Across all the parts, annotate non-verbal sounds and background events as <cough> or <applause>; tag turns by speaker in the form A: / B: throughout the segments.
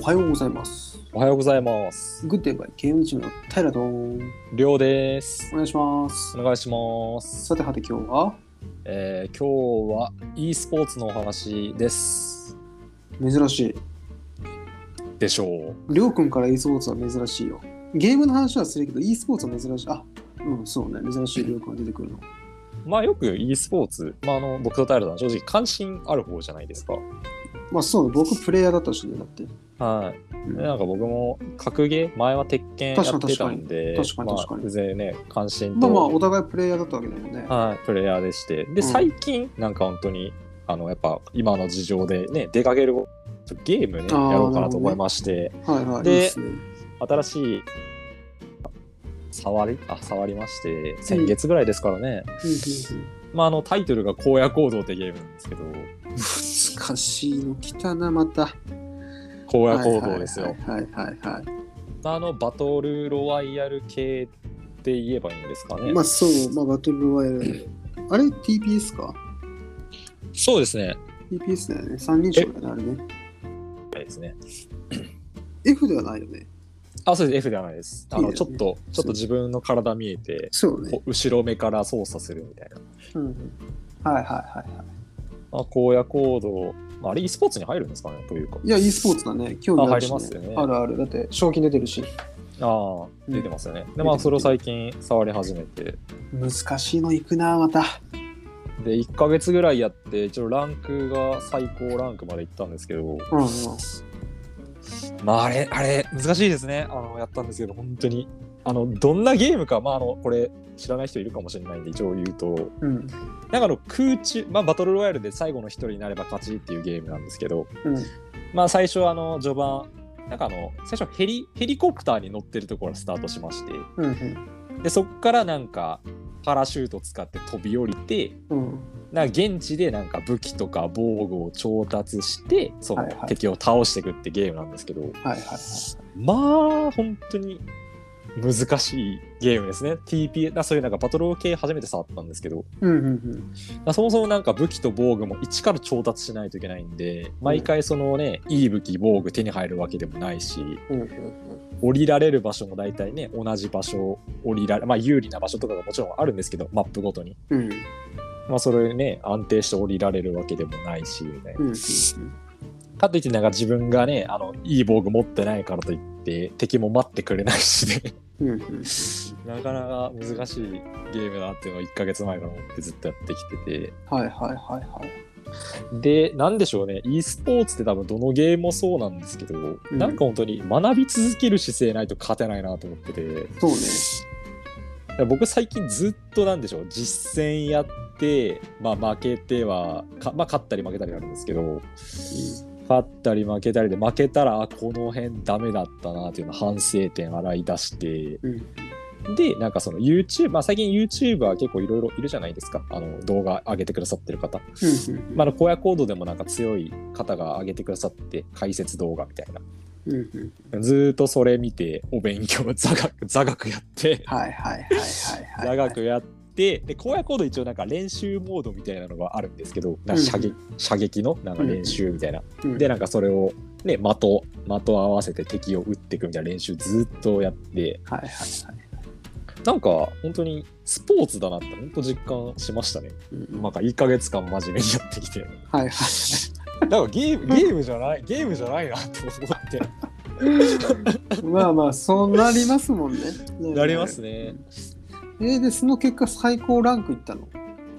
A: おはようございます。
B: おはようございます。
A: グッデイバイゲームチームの平とお
B: りょうです。
A: 願いします
B: お。願いします。
A: さてはて今日は
B: えー、今日は e スポーツのお話です。
A: 珍しい。
B: でしょ
A: りょうくんから e スポーツは珍しいよ。ゲームの話はするけど e スポーツは珍しい。あうん、そうね。珍しいりょうくんが出てくるの。
B: う。まあよく e スポーツ、まああの僕と平田さん正直関心ある方じゃないですか。
A: まあそうね。僕プレイヤーだったしね。だって。
B: はい。
A: うん
B: でなんか僕も格ゲー前は鉄拳や
A: 確か
B: っ
A: に
B: てたんで、
A: 確かに確かに確かに
B: まあ全然ね関心
A: まあまあ
B: と、
A: お互いプレイヤーだったわけだもんね。
B: はいプレイヤーでして、で
A: ん
B: 最近なんか本当にあのやっぱ今の事情でね出かけるゲームね
A: あー
B: やろう
A: な
B: かな
A: るほどね
B: と思いまして。
A: はいはい。
B: で
A: いいっすね。
B: 新しい触りあ触りまして先月ぐらいですからね、
A: うんうんうん
B: まああのタイトルが「荒野行動」ってゲームなんですけど
A: 難しいの来たな、また。
B: 荒野行動ですよ、
A: はいはいはいはいはい。
B: あのバトルロワイヤル系って言えばいいんですかね、
A: まあそう、まあバトルロワイヤル。あれ ?TPS か
B: そうですね
A: ?TPS だよね。三人称だよね、あれね。
B: はいですね
A: F ではないよね。
B: あそうです F ではないですあ
A: い
B: の
A: いで
B: ち
A: す
B: ょ
A: ね
B: っとちょっと自分の体見えて
A: そうね
B: こ。う後ろ目から操作するみたいな
A: うん、はいはいはいは
B: あ荒野行動まああれ e スポーツに入るんですかねというか
A: い。いや、e スポーツだね。興味あるし、ね。
B: あ入りますよね
A: あるある。だって、賞金出てるし。
B: ああ出てますよね、でまあそれを最近触り始めて
A: 難しいの行くな、また。
B: で1ヶ月ぐらいやって一応ランクが最高ランクまで行ったんですけど、
A: うんうん。
B: まあ、あれあれ難しいですねあのやったんですけど本当にあのどんなゲームか、まあ、あのこれ知らない人いるかもしれないんで一応言うと
A: うん。
B: なんかあの空中、まあ、バトルロワイヤルで最後の1人になれば勝ちっていうゲームなんですけど、
A: うん。
B: まあ、最初あの序盤なんかあの最初ヘリヘリコプターに乗ってるところからスタートしまして
A: うん。
B: でそこからなんかパラシュート使って飛び降りて
A: うん。
B: なんか現地でなんか武器とか防具を調達してその
A: はいはい
B: 敵を倒していくってゲームなんですけど、
A: はいはいはい。
B: まあ本当に難しいゲームですね TPA だそういうなんかバトル系初めて触ったんですけど
A: うんうんうん。
B: そもそもなんか武器と防具も一から調達しないといけないんで毎回そのね、いい武器防具手に入るわけでもないし
A: うんうんうん。
B: 降りられる場所も大体ね同じ場所を降りられまあ有利な場所とかがもちろんあるんですけどマップごとに
A: うん
B: まあそれね安定して降りられるわけでもないしみたいな
A: うんうん。
B: かといってなんか自分がねあのいい防具持ってないからといって敵も待ってくれないしね
A: うんうん。
B: <laughs> なかなか難しいゲームだなっていうのを1ヶ月前から思ってずっとやってきてて
A: はいはいはいはい。
B: でなんでしょうね e スポーツって多分どのゲームもそうなんですけど、
A: ん
B: なんか本当に学び続ける姿勢ないと勝てないなと思ってて
A: そうね。
B: 僕最近ずっとなんでしょう実践やって、まあ、負けてはか、まあ、勝ったり負けたりあるんですけど勝ったり負けたりで負けたらあこの辺ダメだったなというのを反省点洗い出して
A: うん。
B: でなんかその YouTube、まあ、最近 YouTuber 結構いろいろいるじゃないですかあの動画上げてくださってる方、
A: うん
B: まあ、あの荒野行動でもなんか強い方が上げてくださって解説動画みたい
A: うん。うんうん。
B: なずーっとそれ見てお勉強座学座学やって
A: はいはいはいはいはい。
B: 長くやって、で荒野行動一応なんか練習モードみたいなのがあるんですけどなんか射撃,、射撃のなんか練習みたいな、
A: うん
B: でなんかそれを、ね、的的を合わせて敵を撃っていくみたいな練習ずっとやって
A: はいはいはい。
B: なんか本当にスポーツだなって本当実感しましたね、
A: うん
B: なんか1ヶ月間真面目にやってきて
A: はいはい。
B: なんかゲームゲームじゃないゲームじゃないなって思って
A: まあまあ、そうなりますもんね。
B: <laughs> なりますね
A: えーで、その結果、最高ランクいったの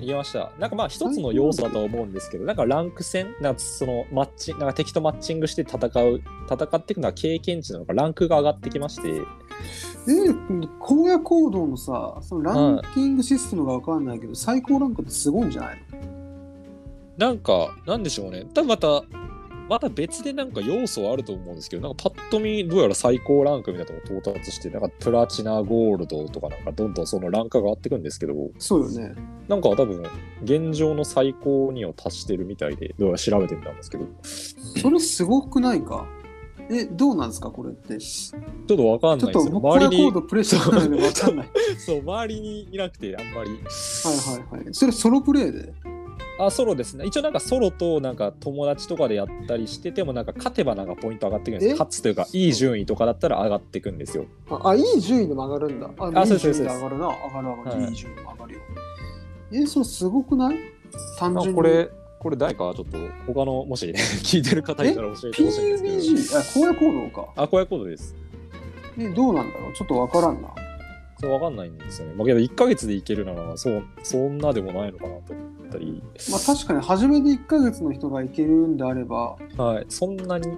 B: 言いましたなんかまあ一つの要素だとは思うんですけどなんかランク戦なんかそのマッチなんか敵とマッチングして戦う戦っていくのは経験値なのかランクが上がってきまして
A: えー、荒野行動のさ、そのランキングシステムがわかんないけど、最高ランクってすごいんじゃないの
B: なんかなんでしょうね多分またまた別でなんか要素はあると思うんですけどなんかパッと見どうやら最高ランクみたいなのが到達してなんかプラチナゴールドとかなんかどんどんそのランクが上がっていくんですけど
A: そうよね。
B: なんか多分現状の最高にを達してるみたいでどうやら調べてみたんですけどち
A: それすごくないかえ、どうなんですかこれって。ち
B: ょっとわかん
A: ょ
B: な
A: っ
B: いです
A: と
B: よ
A: 僕、荒
B: 周
A: 野
B: り
A: 行
B: に
A: 動プレッシャーなんでわ <laughs> かんない。
B: そう周りにいなくてあんま
A: は
B: り
A: いはいはい。それソロプレイで
B: あソロですね一応なんかソロとなんか友達とかでやったりしててもなんか勝てばなんかポイント上がってくるんです
A: え
B: よ勝つというかいい順位とかだったら上がってくんですよ
A: ああいい順位でも上がるんだあ
B: あ
A: い
B: そ
A: い
B: うで
A: 順位
B: すそう
A: で
B: です
A: 上がるな上がる上がる、
B: はい
A: い、い順位上がるよえそれすごくない単純に
B: これこれ誰かちょっと他のもし、 <laughs> ね、聞いてる方いたら教えてほしいんですけ
A: PUBG あ
B: ど
A: 荒野行動か
B: あこういうことです
A: えどうなんだろうちょっとわからんな
B: そう分かんないんですよねまあけど1ヶ月でいけるならそうそんなでもないのかなと思ったり
A: まあ確かに初めて1ヶ月の人がいけるんであれば
B: はいそんなに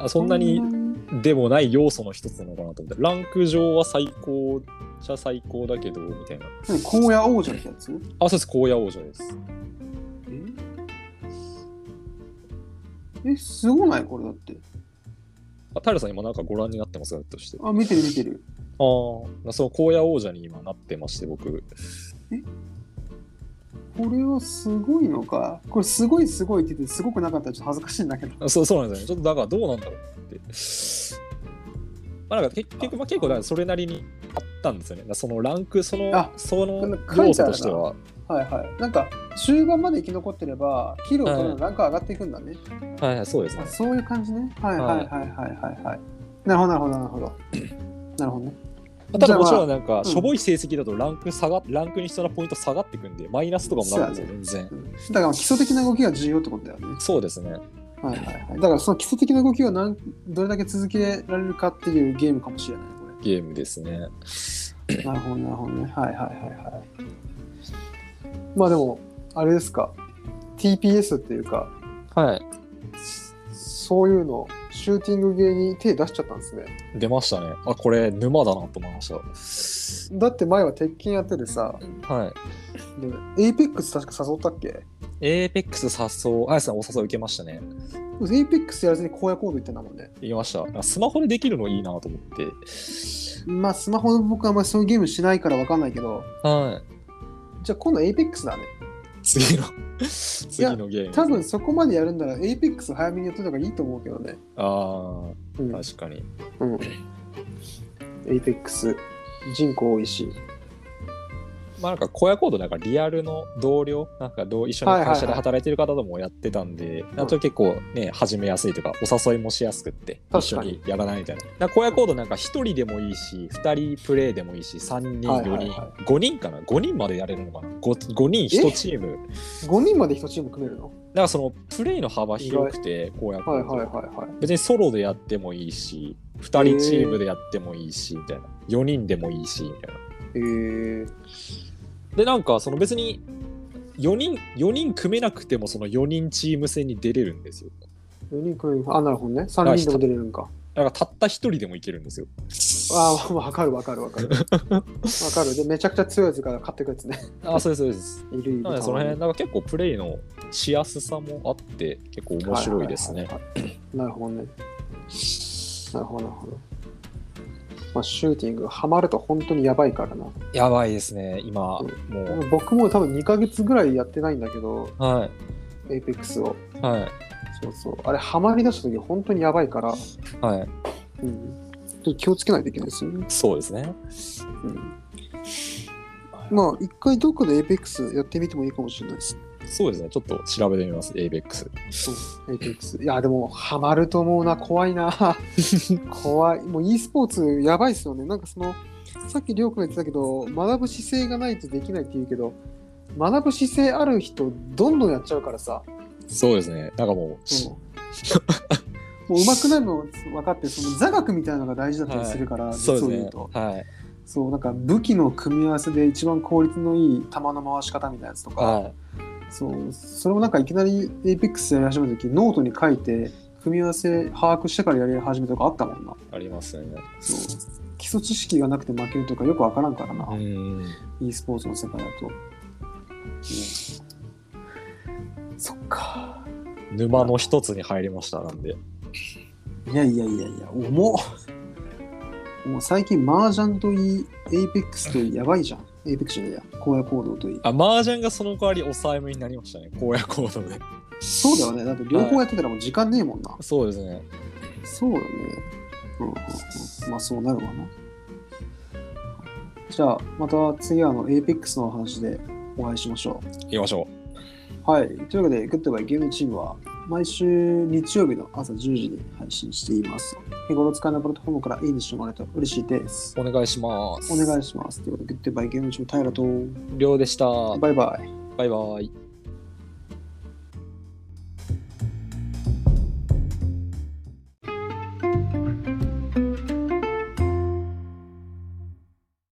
B: あそんなにでもない要素の一つなのかなと思ってランク上は最高じゃ最高だけどみたいな
A: 何荒野王者ってやつ
B: あそうです荒野王女です
A: ええすごないこれだって
B: あタイラさん今なんかご覧になってますかとしてあ
A: あ見てる見てる
B: あーそう荒野王者に今なってまして僕
A: これはすごいのかこれすごいすごいって言ってすごくなかったらちょっと恥ずかしいんだけど
B: あそうそうなんですよねちょっとだからどうなんだろうってまあなんか結局まあ結構だからそれなりにあったんですよねそのランクその
A: あ
B: その
A: なんか書い
B: 要
A: てあるな
B: 素としては
A: はいはいなんか終盤まで生き残ってればキルを取るのランク上がっていくんだね、
B: はいはいそうですね
A: あそういう感じねはいはいはいはいはいはいなるほどなるほどなるほどなるほどね
B: まあた
A: じゃ
B: だ
A: あ
B: もち
A: ま
B: ろ
A: あ
B: んなんか、
A: ん
B: しょぼい成績だとランク下がランクに必要なポイント下がってくんでマイナスとかもなるんですよ全然
A: うんだから基礎的な動きが重要ってことだよね
B: そうですね
A: はいはいはいだからその基礎的な動きが何どれだけ続けられるかっていうゲームかもしれないこ
B: ゲームですね
A: れなるほどなるほどねはいはいはいはいまあでもあれですか TPS っていうか
B: はい
A: そういうのシューティングゲーに手出しちゃったんですね
B: 出ましたねあこれ沼だなと思いまし
A: だって前は鉄拳やっててさ
B: たはい
A: エイペックス確か誘ったっけ
B: エーペックス誘うあやさんお誘い受けましたね
A: エイペックスやらずに荒野コード行ったんだもんね
B: 言いましたなんかスマホでできるのいいなと思って
A: まあスマホの僕はあんまりそういうゲームしないからわかんないけど
B: は
A: じゃあ今度エイペックスだね
B: い次の <laughs> 次のゲーム
A: 多分そこまでやるんならエイペックス早めにやっといた方がいいと思うけどね
B: あ
A: うん
B: あ確かに
A: うん。エイペックス、人口多いし。
B: まあなんか荒野行動なんかリアルの同僚なんかどう一緒に
A: はいはいはい
B: 会社で働いてる方ともやってたんで、あと結構ね始めやすいとかお誘いもしやすくって一
A: 確
B: 緒
A: かに
B: にやらないみたいななんか荒野行動なんか1人でもいいし2人プレイでもいいし3人
A: はいはい
B: 4
A: は
B: 人、
A: い
B: 5人かな5人までやれるのかな 5, 5人1チーム
A: 5人まで1チーム組めるの
B: なんかそのプレイの幅広くて荒野行動、
A: はいはいはいはい。
B: 別にソロでやってもいいし2人チームでやってもいいしみたいな4人でもいいしみたいな
A: えー、
B: でなんかその別に4人4人組めなくてもその4人チーム戦に出れるんですよ
A: 4人組める。あ、なるほどね。3人でも出れるんか。
B: だからたった1人でもいけるんですよ
A: ああ、わかるわかるわかる。わかる。で、めちゃくちゃ強いやつから買ってくやつね。
B: あそうですそうです
A: いるいる。
B: なのでその辺なんか結構プレイのしやすさもあって結構面白いですね
A: はははいはいなるほどね。なるほどなるほど。まあ、シューティングハマると本当にやばいからな。
B: やばいですね今
A: うん
B: もう
A: 僕も多分2ヶ月ぐらいやってないんだけど、
B: は
A: エイペックスを。
B: いはい
A: そうそう。あれ、ハマり出した時本当にやばいから。
B: はい
A: うん、ちょっと気をつけないといけないですよね。
B: そうですね
A: うん、まあ、一回どっかで APEX やってみてもいいかもしれないです。
B: そうですねちょっと調べてみます ABEX
A: APEX。いや、でも、ハマると思うな、怖いな。怖い。もう e スポーツ、やばいですよね。なんかその、さっきりょうくんが言ってたけど、学ぶ姿勢がないとできないって言うけど、学ぶ姿勢ある人、どんどんやっちゃうからさ。
B: そうですねなんかもう、
A: も
B: <laughs>
A: うもう上手くなるの分かって、その座学みたいなのが大事だったりするから、
B: そうです
A: 実を言
B: ね
A: うと。
B: はい
A: そうなんか武器の組み合わせで一番効率のいい球の回し方みたいなやつとか、
B: は
A: そうそれもなんかいきなり APEX やり始めた時ノートに書いて組み合わせ把握してからやり始めたとかあったもんない
B: ありますね
A: そう基礎知識がなくて負けるとかよくわからんからな、
B: うん
A: e スポーツの世界だと、そっか
B: 沼の一つに入りましたなんで
A: いやいやいやいや重っもう最近麻雀といい APEX といいやばいじゃん APEX じゃないや荒野行動といい
B: あ、麻雀がその代わり抑えめになりましたね、荒野行動で。
A: そうだよね。だって両方やってたらもう時間ねえもんな。
B: そうですね。
A: そうだね。うんうんうん。まあそうなるわな。じゃあまた次はあの APEX の話でお会いしましょう。
B: 行きましょう。
A: はい。というわけで、グッドバイゲームチームは、毎週日曜日の朝10時に配信しています。日頃使いのプラットフォームからいいねしてもらえると嬉しいです。
B: お願いします
A: お願
B: い
A: いします。ということで、グッドバイゲームチーム、平と、
B: りょうでした
A: バイバイ。
B: バイバイ